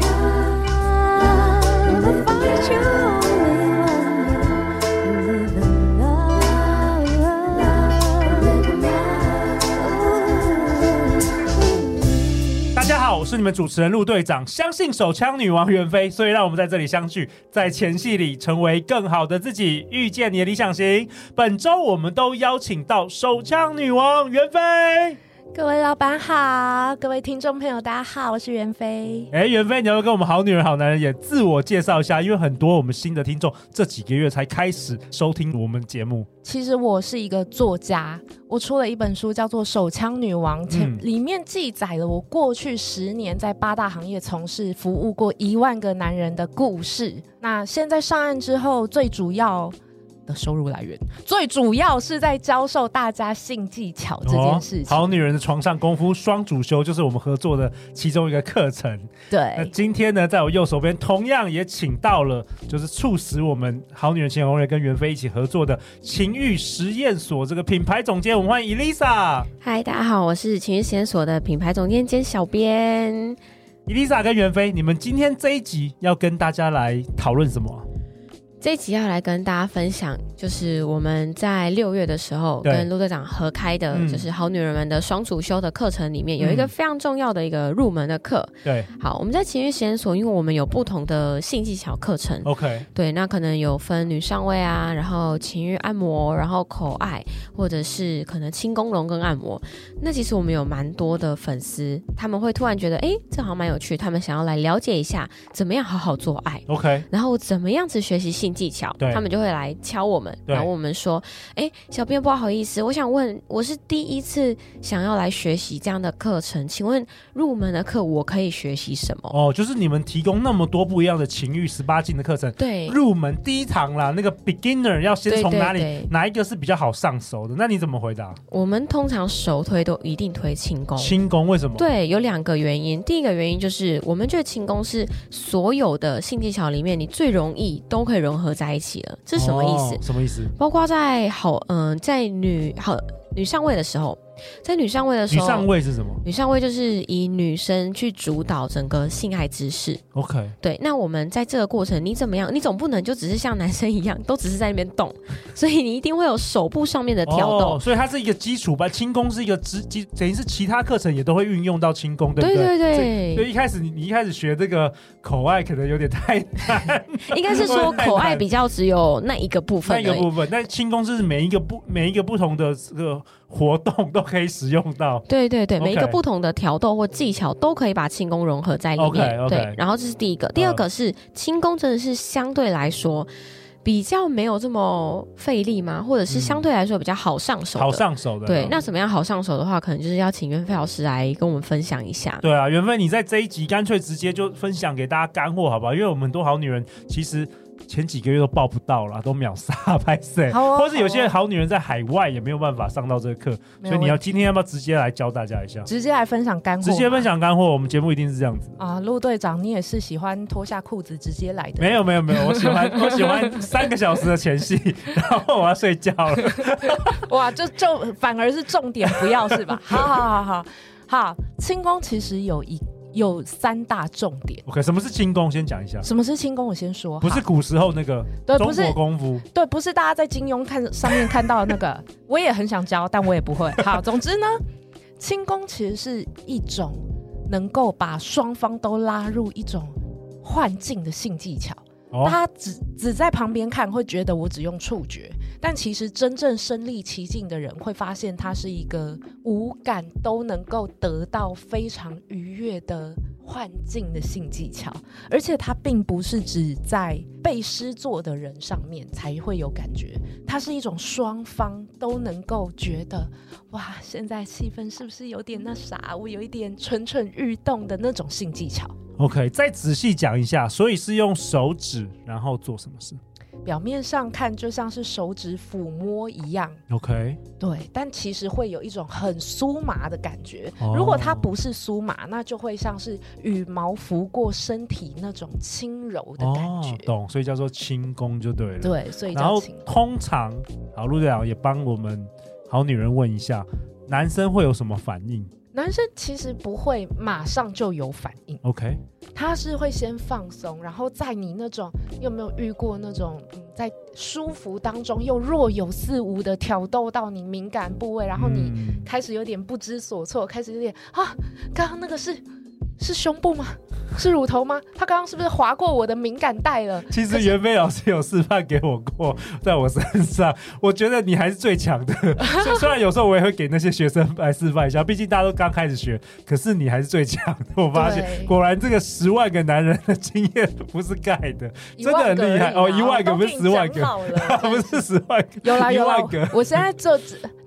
Love, find you only one. Live in love, live in love. 大家好，我是你们主持人陆队长。相信手枪女王袁飞，所以让我们在这里相聚，在前戏里成为更好的自己，遇见你的理想型。本周我们都邀请到手枪女王袁飞。各位老板好，各位听众朋友大家好，我是袁飞。哎，袁飞，你要不要跟我们好女人、好男人也自我介绍一下？因为很多我们新的听众这几个月才开始收听我们节目。其实我是一个作家，我出了一本书叫做《手枪女王》，前、嗯里面记载了我过去十年在八大行业从事服务过一万个男人的故事。那现在上岸之后，最主要。的收入来源最主要是在教授大家性技巧这件事情，哦好女人的床上功夫双主修就是我们合作的其中一个课程。哎那对，今天呢，在我右手边同样也请到了，就是促使我们好女人情感攻略跟袁飞一起合作的情欲实验所这个品牌总监，我们欢迎 Elisa。嗨，大家好，我是情绪实验所的品牌总监兼小编。 Elisa 跟袁飞，你们今天这一集要跟大家来讨论什么啊？这一集要来跟大家分享，就是我们在六月的时候对跟陆队长合开的嗯，就是好女人们的双主修的课程里面，有嗯一个非常重要的一个入门的课。对好，我们在情绪实验所，因为我们有不同的性技巧课程， ，OK，对，那可能有分女上位啊，然后情欲按摩，然后口爱，或者是可能轻功龙跟按摩。那其实我们有蛮多的粉丝，他们会突然觉得，诶，这好像蛮有趣，他们想要来了解一下怎么样好好做爱。 OK，然后怎么样子学习性技巧对？他们就会来敲我们，对然后我们说：“哎，小编不好意思，我想问，我是第一次想要来学习这样的课程，请问入门的课我可以学习什么？”哦，就是你们提供那么多不一样的情欲十八禁的课程，对，入门第一堂啦，那个 beginner 要先对从对哪里对哦哪一个是比较好上手的？那你怎么回答？我们通常首推都一定推轻功。轻功为什么？对，有两个原因。第一个原因就是，我们觉得轻功是所有的性技巧里面你最容易都可以融合在一起了。这是什么意思？哦什么意思？包括在好，嗯、在女好女上位的时候，在女上位的女时候，上位是什么女上位就是以女生去主导整个性爱知识。 ？OK，对，那我们在这个过程，你怎么样？你总不能就只是像男生一样，都只是在那边动，所以你一定会有手部上面的挑 动。哦，所以它是一个基础班，轻功是一个基基，等于是其他课程也都会运用到轻功，对不对？对对所以对所以一开始你你一开始学这个口爱可能有点太难应该是说口爱比较只有那一个部分那而已。个部分，但轻功是每一个不每一个不同的这个活动都可以使用到。对对对， OK 每一个不同的调动或技巧都可以把轻功融合在里面。 OK，OK 对，然后这是第一个，第嗯二个是轻功真的是相对来说比较没有这么费力吗？或者是相对来说比较好上手嗯的？好上手的对，那怎么样好上手的话，可能就是要请袁飞老师来跟我们分享一下。对啊，缘分，你在这一集干脆直接就分享给大家干货，好不好？因为我们很多好女人其实前几个月都报不到啦，都秒杀， 拍谁？好哦或是有些好女人在海外也没有办法上到这个课，没所有以你要问题今天要不要直接来教大家一下？直接来分享干货，直接分。享干货，我们节目一定是这样子。啊，陆队长，你也是喜欢脱下裤子直接来的？没有没有没有，我喜 欢我喜欢三个小时的前戏， 然后我要睡觉了。哇，就就反而是重点不要 是吧？好好好好好，轻功其实有一有三大重点。 OK，什么是轻功？先讲一下，什么是轻功？我先说，不是好古时候那个对，不中是国功夫，对，不是大家在金庸看上面看到的那个，我也很想教，但我也不会。好，总之呢，轻功其实是一种能够把双方都拉入一种幻境的性技巧。哦大家只只在旁边看，会觉得我只用触觉，但其实真正身历其境的人会发现，它是一个五感都能够得到非常愉悦的幻境的性技巧，而且它并不是只在被诗作的人上面才会有感觉，它是一种双方都能够觉得，哇，现在气氛是不是有点那啥，我有一点蠢蠢欲动的那种性技巧。 OK，再仔细讲一下，所以是用手指，然后做什么事表面上看就像是手指抚摸一样， ？OK，对，但其实会有一种很酥麻的感觉。哦如果它不是酥麻，那就会像是羽毛拂过身体那种轻柔的感觉。哦懂，所以叫做轻功就对了。对，所以然叫后轻。通常，好，陆队长也帮我们好女人问一下，男生会有什么反应男生其实不会马上就有反应， ？OK，他是会先放松，然后在你那种你有没有遇过那种嗯在舒服当中又若有似无的挑逗到你敏感部位，然后你嗯开始有点不知所措，开始有点啊，刚刚那个是是胸部吗？是乳头吗？他刚刚是不是划过我的敏感带了？其可实是袁飞老师有示范给我过，在我身上，我觉得你还是最强 的。虽虽然有时候我也会给那些学生来示范一下，毕竟大家都刚开始学，可是你还是最强的。我发现对果然这个十万个男人的经验不是盖 的，一真的万很个厉害而已哦，啦一万个我不都是跟十你万讲个，好了不是十万个，有啦一有啦万个，，我现在做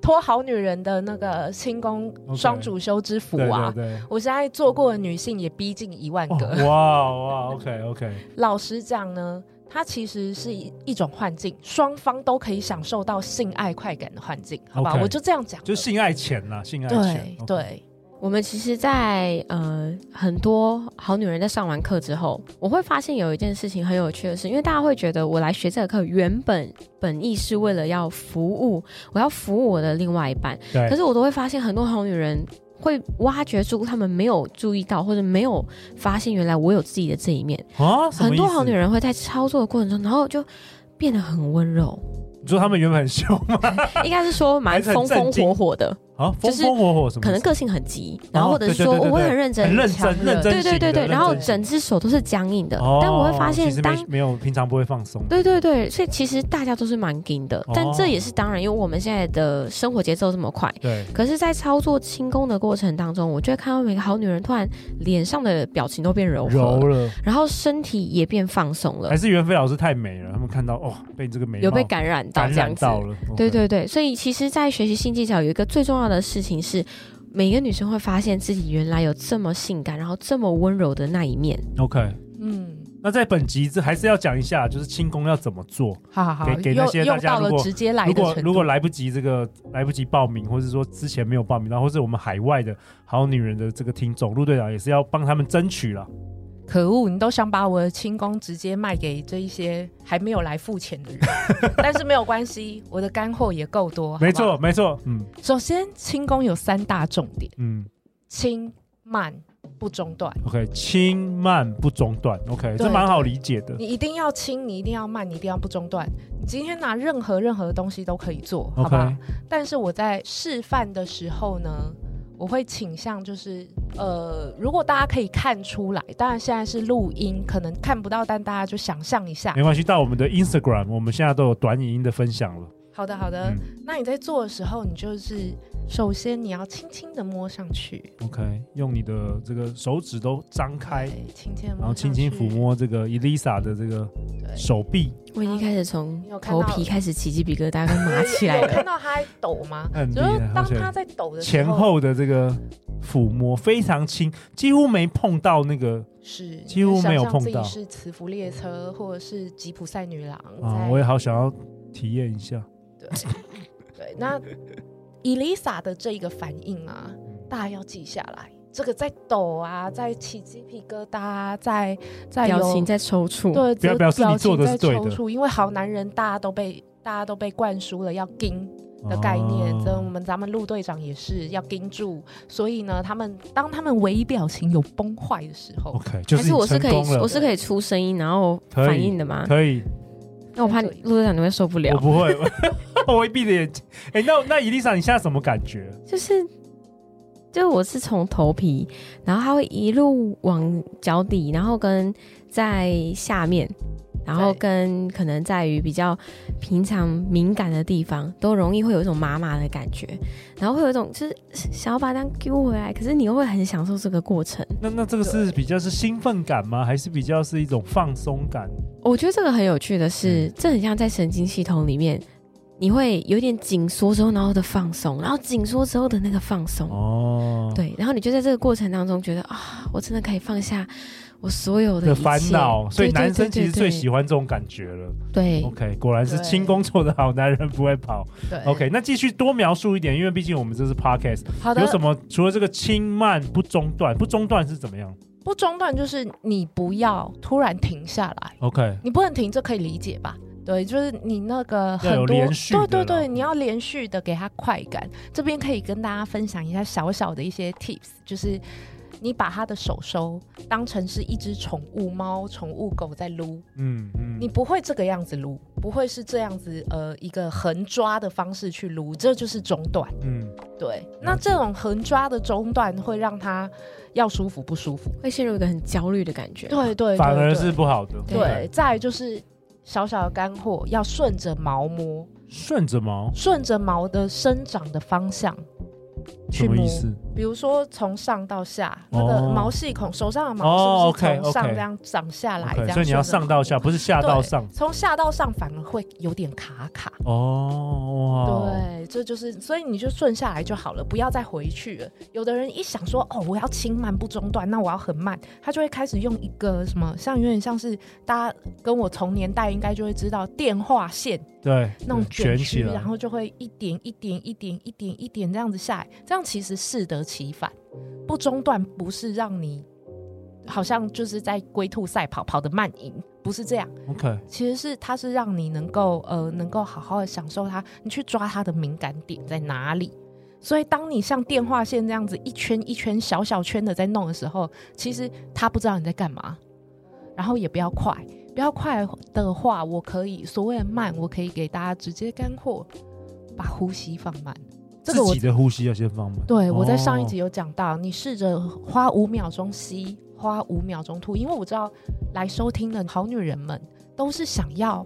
托好女人的那个清宫 OK 双主修之服对啊对。对。我现在做过的女性也逼近一万哦个。哇哇，OK OK，老实讲呢，它其实是一一种幻境，双方都可以享受到性爱快感的幻境，好吧 OK 我就这样讲了。就性爱前啦，性爱前对，对，我们其实在，呃很多好女人在上完课之后，我会发现有一件事情很有趣的是，因为大家会觉得我来学这个课原本本意是为了要服务，我要服务我的另外一半，对可是我都会发现很多好女人。会挖掘出她们没有注意到，或者没有发现，原来我有自己的这一面。啊，什么很多好意思女，人会在操作的过程中，然后就变得很温 柔，你说他们原本很凶吗？应该是说还蛮是很风风震惊火火的，啊，就风是风火火什么意思？可能个性很急，然后哦或者是对对说对对我会对很认真、很认强真的认真对对型对的对，认然后真型整只手都是僵硬的，哦但我会发现其实当没没有平常不会放松，对对对，所以其实大家都是蛮紧的，但哦这也是当然，因为我们现在的生活节奏这么快。对，可是，在操作轻功的过程当中，我就会看到每个好女人突然脸上的表情都变柔和，柔了，然后身体也变放松了还，是袁飞老师太美了，他们看到哦，被你这个美貌有被感染到感这样染子。到了，对对对，所以其实，在学习性技巧有一个最重要的事情是，每个女生会发现自己原来有这么性感，然后这么温柔的那一面。 ，OK。嗯，那在本集这还是要讲一下，就是轻功要怎么做。好好好，给给那些又大又家到如果了直接来如的果程如果度。来不及这个来不及报名，或者说之前没有报名到，或是我们海外的好女人的这个听众，陆队长也是要帮他们争取了。可恶，你都想把我的轻功直接卖给这一些还没有来付钱 的人，但是没有关系，我的干货也够多。好不好没错，，没错，嗯首先轻功有三大重点：嗯轻、慢、不中断。 ，OK，轻慢不中断，OK，这对蛮好对理解的你一定要轻，你一定要慢，你一定要不中断。你今天拿任何任何东西都可以做，好不好，OK，但是我在示范的时候呢，我会倾向就是，呃，如果大家可以看出来，当然现在是录音，可能看不到，但大家就想象一下没。关系。到我们的 Instagram，我们现在都有短影音的分享了。好的，好的。嗯那你在做的时候，你就是首先你要轻轻的摸上去， OK，用你的这个手指都张开，对，轻轻的摸上去，然后轻轻抚。摸这个 Elisa 的这个对手臂，我已经开始从啊你有看头到皮开始起鸡皮疙瘩跟麻起来有了 看。到他在抖吗？很厉就害是当而且他在抖的时候，前后的这个抚摸非常轻，几乎没碰到那个是几乎没有想象碰自己到是磁浮列车或者是吉普赛女郎啊，在我也好想要体验一下。对，那 Elisa 的这一个反应啊，嗯大家要记下来。这个在抖啊，在起鸡皮疙瘩、啊，在在有表情在抽搐，对，不要这表示你表做的情是在对抽的搐因为好男人大家都被大家都被灌输了要盯的概念，哦这、我们咱们陆队长也是要盯住。所以呢，他们当他们唯一表情有崩坏的时候， OK，就还是是我你成是可以功，了我，是可以出声音然后可以反应的吗？可以，那我怕陆队长你会受不我了，不会， 我会闭着眼睛。哎，那那 Elisa 你现在什么感觉？就是。就是我是从头皮，然后它会一路往脚底，然后跟在下面，然后对跟可能在于比较平常敏感的地方，都容易会有一种麻麻的感觉，然后会有一种就是想要把它当揪回来，可是你又会很享受这个过程。那那这个是比较是兴奋感吗？还是比较是一种放松感？我觉得这个很有趣的是，这很像在神经系统里面，你会有点紧缩之后，然后的放松，然后紧缩之后的那个放松，哦，对，然后你就在这个过程当中觉得啊，我真的可以放下我所有的的一切烦恼，所以对对男生对其实对最喜欢这哦种感觉了。对 OK，果然是对轻工作的好男人不会跑。对 OK，那继续多描述一点，因为毕竟我们这是 Podcast，好的有，什么除了这个轻慢不中断，不中断是怎么样不中断就是你不要突然停下来。 ？OK，你不能停，这可以理解吧？对，就是你那个要有很多，连续对的对啦对，你要连续的给他快感。这边可以跟大家分享一下小小的一些 tips，就是你把他的手手当成是一只宠物猫、宠物狗在撸，嗯嗯，你不会这个样子撸，不会是这样子呃一个横抓的方式去撸，这就是中段。嗯对，那这种横抓的中段会让他要舒服不舒服？会陷入一个很焦虑的感觉。对对，反而对是不好的，对，对再来就是小小的干货，要顺着毛摸，顺着毛顺着毛的生长的方向什去么摸意。思？比如说从上到下，那哦个毛细孔，手上的哦毛是不是从，OK，OK 上这样长下来？这 OK，样所以你要顺上着到下，摸，不是下到对上。从下到上反而会有点卡卡。哦，哇，对，这就是，所以你就顺下来就好了，不要再回去了。有的人一想说，哦，我要轻慢不中断，那我要很慢，他就会开始用一个什么，像有点像是大家跟我同年代应该就会知道电话线对，那种卷卷起曲，来然后就会一点一点一点一点一点这样子下来，这样其实适得其反，不中断不是让你好像就是在龟兔赛跑跑得慢赢，不是这样。 OK，其实是它是让你能够呃能够好好的享受它，你去抓它的敏感点在哪里。所以当你像电话线这样子一圈一圈小小圈的在弄的时候，其实它不知道你在干嘛，然后也不要快，不要快的话，我可以所谓的慢，我可以给大家直接干货，把呼吸放慢。这个自我己的呼吸要先放慢。对，我在哦上一集有讲到，你试着花五秒钟吸，花五秒钟吐，因为我知道来收听的好女人们都是想要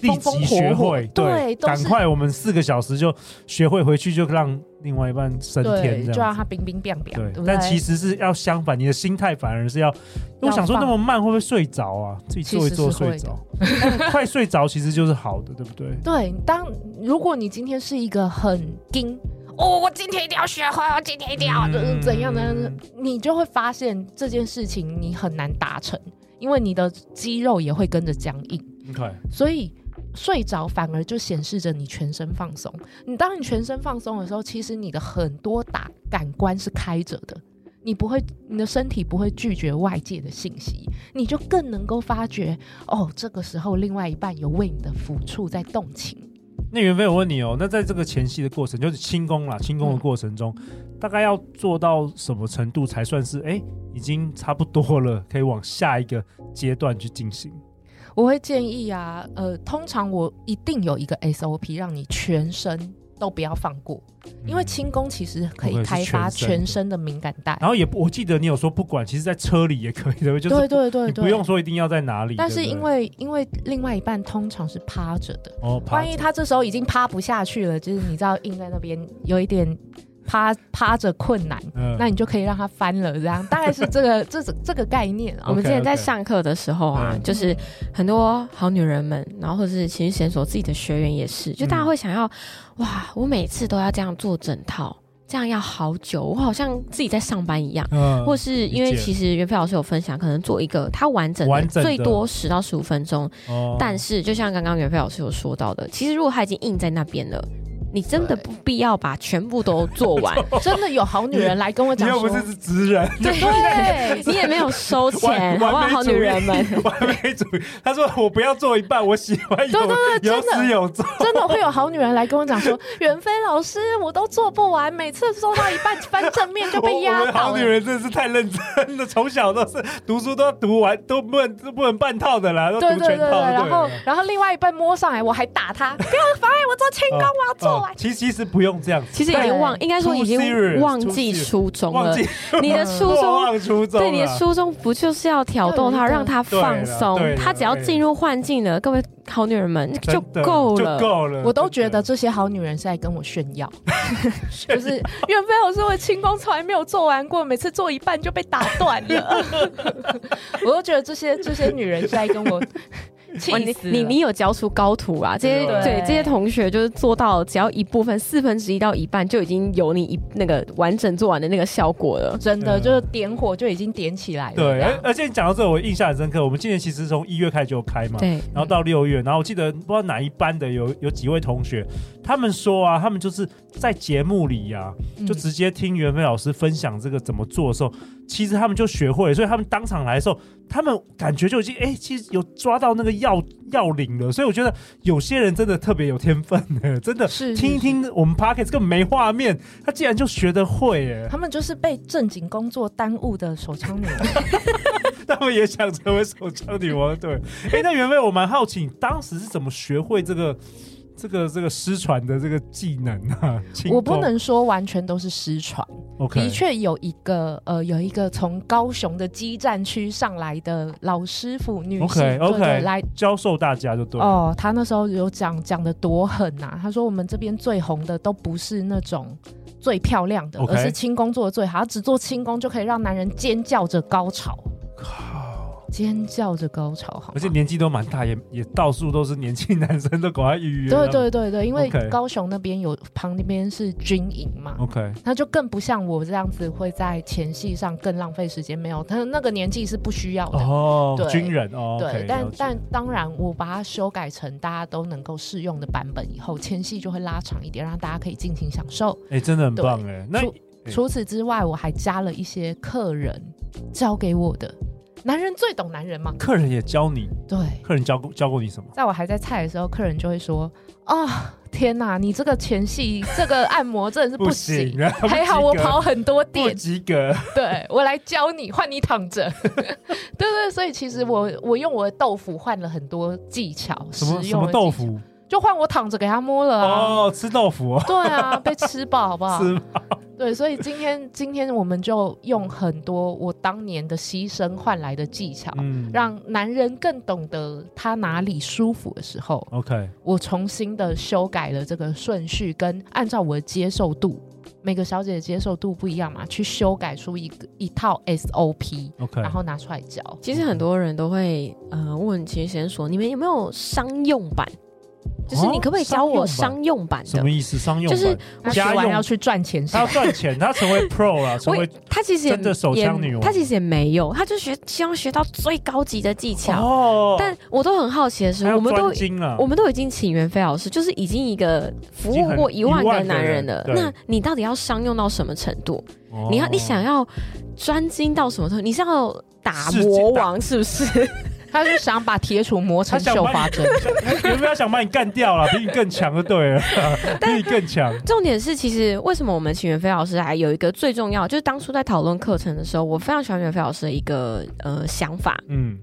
立即学风风火会火，对都赶是快我们四个小时就学会，回去就让另外一半升对天，就这样让子。它冰冰凉凉，对不对？但其实是要相反，你的心态反而是要，我要想说那放么慢会不会睡着啊？自己其做一实做是睡会着， 但快睡着其实就是好的，对不对？对，当如果你今天是一个很盯。哦，我今天一定要学会，我今天一定要、嗯嗯、怎样呢？你就会发现这件事情你很难达成，因为你的肌肉也会跟着僵硬。 OK，所以睡着反而就显示着你全身放松。你当你全身放松的时候，其实你的很多打感官是开着的，你不会，你的身体不会拒绝外界的信息，你就更能够发觉哦，这个时候另外一半有为你的抚触在动情。那袁飞，我问你哦，那在这个前戏的过程，就是轻功啦，轻功的过程中，大概要做到什么程度才算是哎、已经差不多了，可以往下一个阶段去进行？我会建议啊，呃，通常我一定有一个 SOP 让你全身。都不要放过，因为嗯轻功其实可 OK，以是开发全身的全身的敏感带。然后也不我记得你有说不管，其实在车里也可以的，就是对对对你对，不用说一定要在哪里。但是对不对因为因为另外一半通常是趴着的，哦，趴万一着他这时候已经趴不下去了，就是你知道硬在那边有一点趴 趴着困难，嗯那你就可以让他翻了，这样大概是这个这这这个概念啊。 我们之前 OK，OK 在上课的时候啊嗯，就是很多好女人们，然后或者是情绪检索自己的学员也是，就嗯大家会想要，哇，我每次都要这样做整套，这样要好久，我好像自己在上班一样。嗯或是因理为解其实袁飞老师有分享，可能做一个它完整的完整的最多十到十五分钟，哦但是就像刚刚袁飞老师有说到的，其实如果它已经印在那边了，你真的对不必要把全部都做 完，真的有好女人来跟我你讲又说不，是是直人，对，你也没有收 钱，完好不好？完美好主女义人们， 完美主义。他说我不要做一半，我喜欢有 对对对有真的始有终。真的会有好女人来跟我讲说，袁飞老师我都做不完，每次做到一半翻正面 就我被我压们倒好女了。人真的是太认真了，从小都是读书都要读完，都不能都不能半套的啦，都读对对对全对，套就然对了后然后另外一半摸上来，我还打他，不要妨碍我做轻功，哦我要做完哦。其实其实不用这样子，其实已经忘，对应该说已 Too serious，经忘 too 记 serious 初衷忘了。记你的初 莫衷，忘初衷啊了，对你的初衷不就是要挑动要有他，一个让他放对啦对松？啦他只要进入幻境了，各位好女人们真就的够了就。够了。我都觉真的得这些好女人是在跟我炫 耀，就是袁飞老师，我轻功从来没有做完过，每次做一半就被打断 了。我都觉得这些这些女人是在跟 我气哇你死了你你有教出高徒啊！这些对对这些同学就是做到，只要一部分四分之一到一半就已经有你一那个完整做完的那个效果了。真的嗯就是点火就已经点起来了。对，哎这而样而且你讲到这个，我印象很深刻。我们今年其实从一月开始就有开嘛，对，然后到六月，然后我记得不知道哪一班的有有几位同学，他们说啊，他们就是在节目里呀、嗯就直接听袁飞老师分享这个怎么做的时候，其实他们就学会了，所以他们当场来的时候，他们感觉就已经哎、其实有抓到那个要要领了，所以我觉得有些人真的特别有天分的，真的是听一，听我们 p o c a s t 根本没画面，他竟然就学得会哎是，他们就是被正经工作耽误的 手枪女王。他们也想成为手枪女王对，哎、那袁飞，我蛮好奇，你当时是怎么学会这个这个这个失传的这个技能啊？轻我不功能说完全都是失传， ，OK，的确有一个呃，有一个从高雄的基站区上来的老师傅，女性 OK，OK 对对来教授大家就对了。哦，他那时候有讲讲的多狠呐、他说我们这边最红的都不是那种最漂亮的 OK 而是轻功做的最好，他只做轻功就可以让男人尖叫着高潮，靠！尖叫着高潮，好吗而且年纪都蛮大，也也到处都是年轻男生都赶快预约。对对对对，因为 OK 高雄那边有旁边是军营嘛， ，OK，那就更不像我这样子会在前戏上更浪费时间。没有，他那个年纪是不需要的。哦，对军人哦，对 OK，但了解但当然，我把它修改成大家都能够适用的版本以后，前戏就会拉长一点，让大家可以尽情享受。哎，真的很对棒哎。那除对除此之外，我还加了一些客人教给我的，男人最懂男人嘛。客人也教你，对，客人教过教过你什么？在我还在菜的时候，客人就会说：“哦，天哪，你这个前戏，这个按摩真的是 不行。啊，还好我跑很多不店，及格。 对我来教你，换你躺着。对对，所以其实我我用我的豆腐换了很多技巧，什实用么的什么豆技巧，腐？就换我躺着给他摸了、啊。哦，吃豆腐哦，对啊，被吃饱好不 好？吃对，所以今天今天我们就用很多我当年的牺牲换来的技巧，嗯让男人更懂得他哪里舒服的时候， OK，我重新的修改了这个顺序，跟按照我的接受度，每个小姐的接受度不一样嘛，去修改出一个一套 SOP。 OK，然后拿出来教。其实很多人都会呃问秦先说，你们有没有商用版？就是你可不可以教我哦商用版什的么？意思？商用版就是那学家完用要去赚钱是他要吧？赚钱，他成为 Pro 了，成 我为他其实也真的手枪女王也他其实也没有，他就学希望学到最高级的技巧。哦，但我都很好奇的是，他要我们都专精了，我们都已经请袁飞老师，就是已经一个服务过一万个男人了已。经很一万个人对那你到底要商用到什么程度？哦你要你想要专精到什么程度？你是要打世界魔大王是不是？ 他是想把铁杵磨成他想绣把你 花针。 有没有想把你干掉了？比你更强就对 了，比你更强。重点是，其实为什么我们请袁飞老师来，有一个最重要，就是当初在讨论课程的时候，我非常喜欢袁飞老师的一个呃想法。嗯，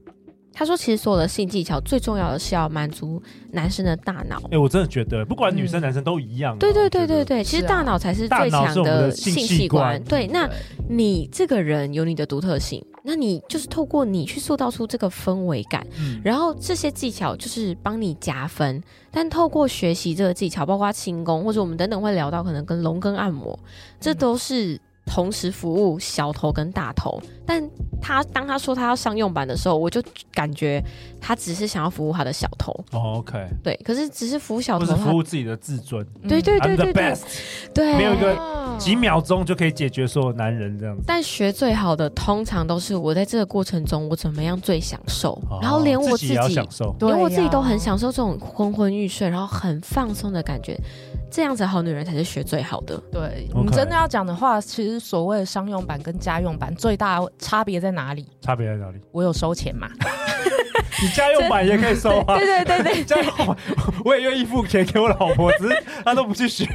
他说，其实所有的性技巧最重要的是要满足男生的大脑。哎、我真的觉得，不管女生嗯男生都一样啊、对对对我觉对得，对，其实是啊大脑才是大最脑强是我们的性性器器官官。对，那你这个人有你的独特性，那你就是透过你去塑造出这个氛围感，嗯然后这些技巧就是帮你加分。但透过学习这个技巧，包括轻功或者我们等等会聊到可能跟龙跟按摩，嗯这都是同时服务小头跟大头。但他当他说他要商用版的时候，我就感觉他只是想要服务他的小头，哦，OK，对，可是只是服务或小头是服他。务自己的自尊。对对 I'm 对 the 对对 best，对，没有一个哦几秒钟就可以解决所有男人这样子。但学最好的通常都是我在这个过程中我怎么样最享受，哦然后连自我自己也要己，享受，对连呀我自己都很享受这种昏昏欲睡，然后很放松的感觉。这样子的好女人才是学最好的。对 OK 你真的要讲的话，其实所谓的商用版跟家用版最大的差别在哪里？差别在哪里？我有收 钱嘛？你家用版也可以收 啊。对对对家用版，我也愿意付钱给我老婆，只是她都不去学，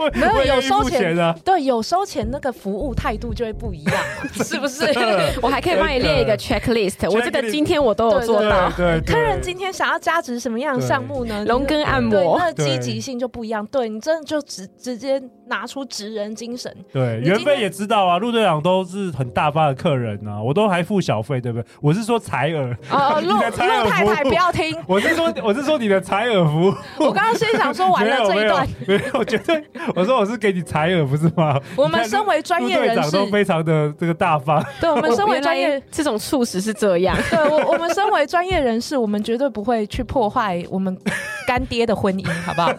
我没有我也愿意有收付钱钱啊。对，有收钱那个服务态度就会不一样嘛， 是不是？对对，我还可以帮你列一个 checklist，我这个今天我都有做到。对对对，客人今天想要加值什么样的项目呢？龙就是根按对，摩，那对积极性就不一样。对你真的就直直接拿出职人精神，对，你袁今飞天也知道啊，陆队长都是很大方的客人啊，我都还付小费，对不对？我是说采耳， 哦，你陆陆的采耳太服务太不要听，我是说我是说你的采耳服务，我刚刚心 想说完了这一段，没有没有没 有，我觉得我说我是给你采耳不是吗？ 我你们看身为专业陆队人长士，都非常的这个大方， 对我们身为原来专业，这种促使是这样。对我我们身为专业人士，我们绝对不会去破坏我们干爹的婚姻，好不好？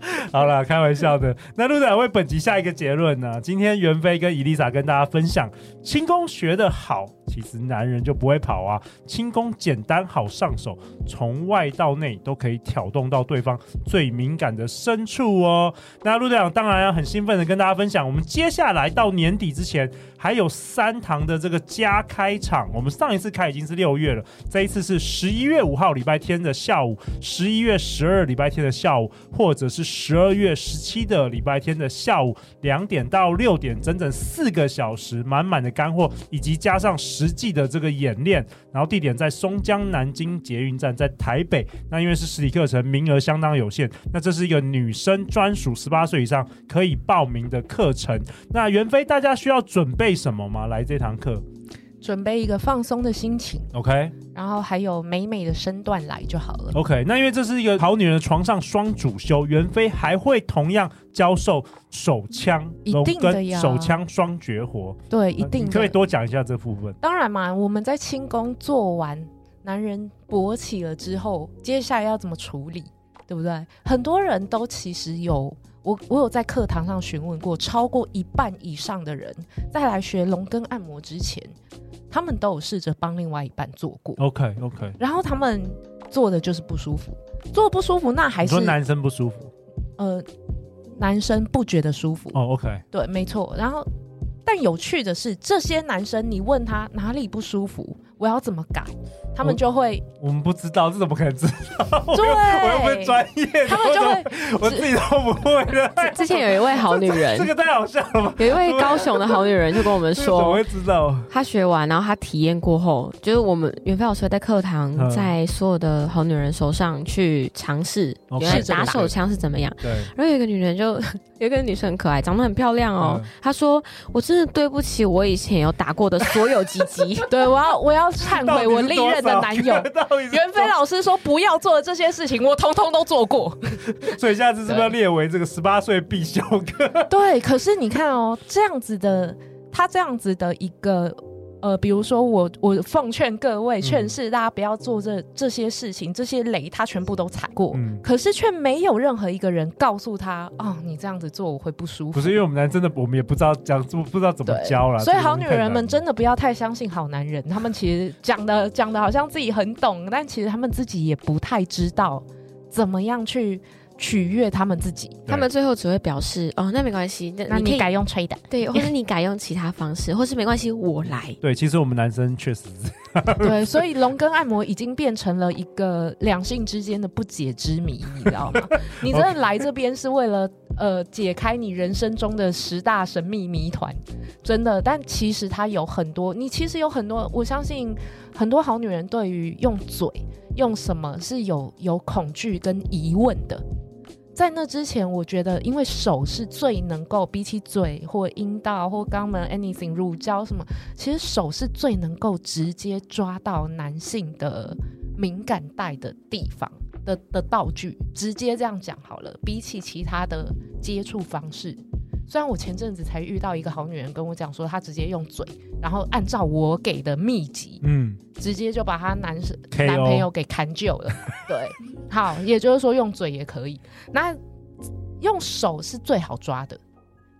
好啦，开玩笑的。那陆队长为本集下一个结论呢、今天袁飞跟伊丽莎跟大家分享轻功学的好，其实男人就不会跑啊。轻功简单好上手，从外到内都可以挑动到对方最敏感的深处哦。那陆队长当然要很兴奋的跟大家分享，我们接下来到年底之前还有三堂的这个加开场。我们上一次开已经是六月了，这一次是十一月五号礼拜天的下午，十一月十二礼拜天的下午，或者是十二月十七的礼拜天的下午两点到六点，整整四个小时，满满的干货，以及加上实际的这个演练。然后地点在松江南京捷运站，在台北。那因为是实体课程，名额相当有限。那这是一个女生专属，十八岁以上可以报名的课程。那袁飞，大家需要准备什么吗？来这堂课准备一个放松的心情， ，OK？然后还有美美的身段来就好了。 OK，那因为这是一个好女人的床上双主修，袁飞还会同样教授手枪，一定的跟呀手枪双绝活，呃对，一定你的。可不可以多讲一下这部分。当然嘛，我们在轻功做完男人勃起了之后，接下来要怎么处理，对不对？很多人都其实有。我我有在课堂上询问过，超过一半以上的人在来学龙根按摩之前，他们都有试着帮另外一半做过， OK OK，然后他们做的就是不舒服，做不舒服那还你是说男生不舒服呃男生不觉得舒服，哦，OK，对，没错。然后，但有趣的是，这些男生你问他哪里不舒服，我要怎么改，他们我 就会，我们不知道，这怎么可能知道？我对又我又不是专业的，他们就会”我怎么我自己都不会的。之前有一位好女人这，个太好笑了吧？有一位高雄的好女人就跟我们这个怎么说，会知道？她学完，然后她体验过后，就是我们袁飞老师在课堂嗯，在所有的好女人手上去尝试，哦原来是怎么打打手枪是怎么样。对，然后有一个女人就 有一个女生很可爱，长得很漂亮哦嗯。她说：“我真的对不起我以前有打过的所有鸡鸡。对我要我要忏到底悔是我历任的男 友。多少个，袁袁飞老师说不要做这些事情，我通通都 做过。所以下次是不是要列为这个十八岁必修课？对，可是你看哦，这样子的他这样子的一个。呃，比如说我，我奉劝各嗯位，劝世大家不要做这这些事情，这些雷他全部都踩过，嗯可是却没有任何一个人告诉他，哦，你这样子做我会不舒服。不是因为我们男真的，我们也不知道讲，不不知道怎么教啦。所以这个好东女西太人们难真的不要太相信好男人，他们其实讲 的讲的好像自己很懂，但其实他们自己也不太知道怎么样去取悦他们自己。他们最后只会表示：“哦，那没关系，那那你可你以改用 吹的，对，或者你改用其他方式，或是没关系，我来。对，其实我们男生确实是对，所以龙根按摩已经变成了一个两性之间的不解之谜，你知道 吗？你真的来这边是为了呃解开你人生中的十大神秘谜团，真的。但其实它有很多，你其实有很多，我相信很多好女人对于用嘴用什么是有有恐惧跟疑问的。在那之前，我觉得因为手是最能够比起嘴或阴道或肛门 anything 乳胶什么，其实手是最能够直接抓到男性的敏感带的地方的的道具。直接这样讲好了，比起其他的接触方式，虽然我前阵子才遇到一个好女人跟我讲说，她直接用嘴，然后按照我给的秘籍，嗯，直接就把她男生 KO 男朋友给砍救了。对，好，也就是说用嘴也可以，那用手是最好抓的。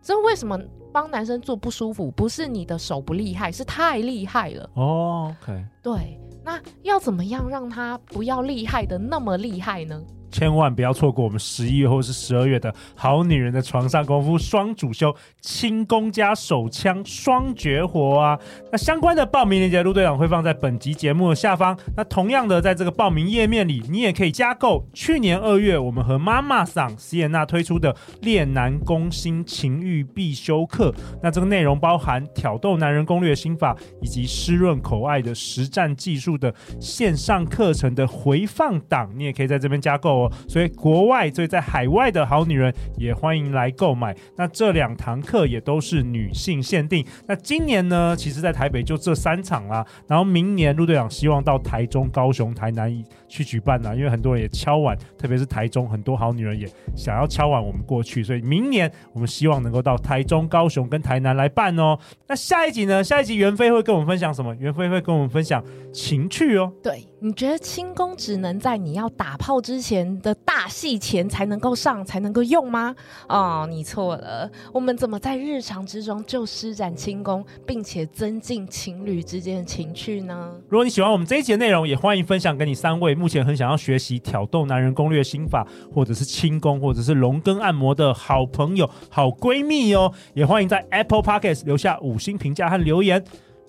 这为什么帮男生做不舒服？不是你的手不厉害，是太厉害了。哦，OK，对，那要怎么样让他不要厉害的那么厉害呢？千万不要错过我们十一月或是十二月的好女人的床上功夫双主修轻功加手枪双绝活啊！那相关的报名链接，陆队长会放在本集节目的下方。那同样的，在这个报名页面里，你也可以加购去年二月我们和妈妈桑席耶娜推出的《恋男攻心情欲必修课》。那这个内容包含挑逗男人攻略心法以及湿润口爱的实战技术的线上课程的回放档，你也可以在这边加购哦。所以国外，所以在海外的好女人也欢迎来购买。那这两堂课也都是女性限定。那今年呢，其实在台北就这三场啦，然后明年陆队长希望到台中、高雄、台南去举办啦，因为很多人也敲碗，特别是台中，很多好女人也想要敲碗我们过去，所以明年我们希望能够到台中、高雄跟台南来办哦。那下一集呢？下一集袁飞会跟我们分享什么？袁飞会跟我们分享情趣哦。对你觉得轻功只能在你要打炮之前的大戏前才能够上，才能够用吗？哦，你错了。我们怎么在日常之中就施展轻功，并且增进情侣之间的情趣呢？如果你喜欢我们这一节内容，也欢迎分享给你三位目前很想要学习挑逗男人攻略心法，或者是轻功，或者是龙根按摩的好朋友、好闺蜜哦。也欢迎在 Apple Podcast 留下五星评价和留言。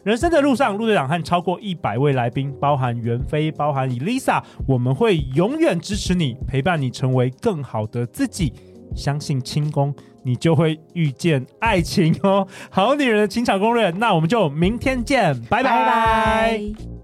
人生的路上，陆队长和超过一百位来宾，包含袁飞，包含 Elisa，我们会永远支持你，陪伴你成为更好的自己。相信轻功，你就会遇见爱情哦。好女人的情场攻略，那我们就明天见，拜拜拜拜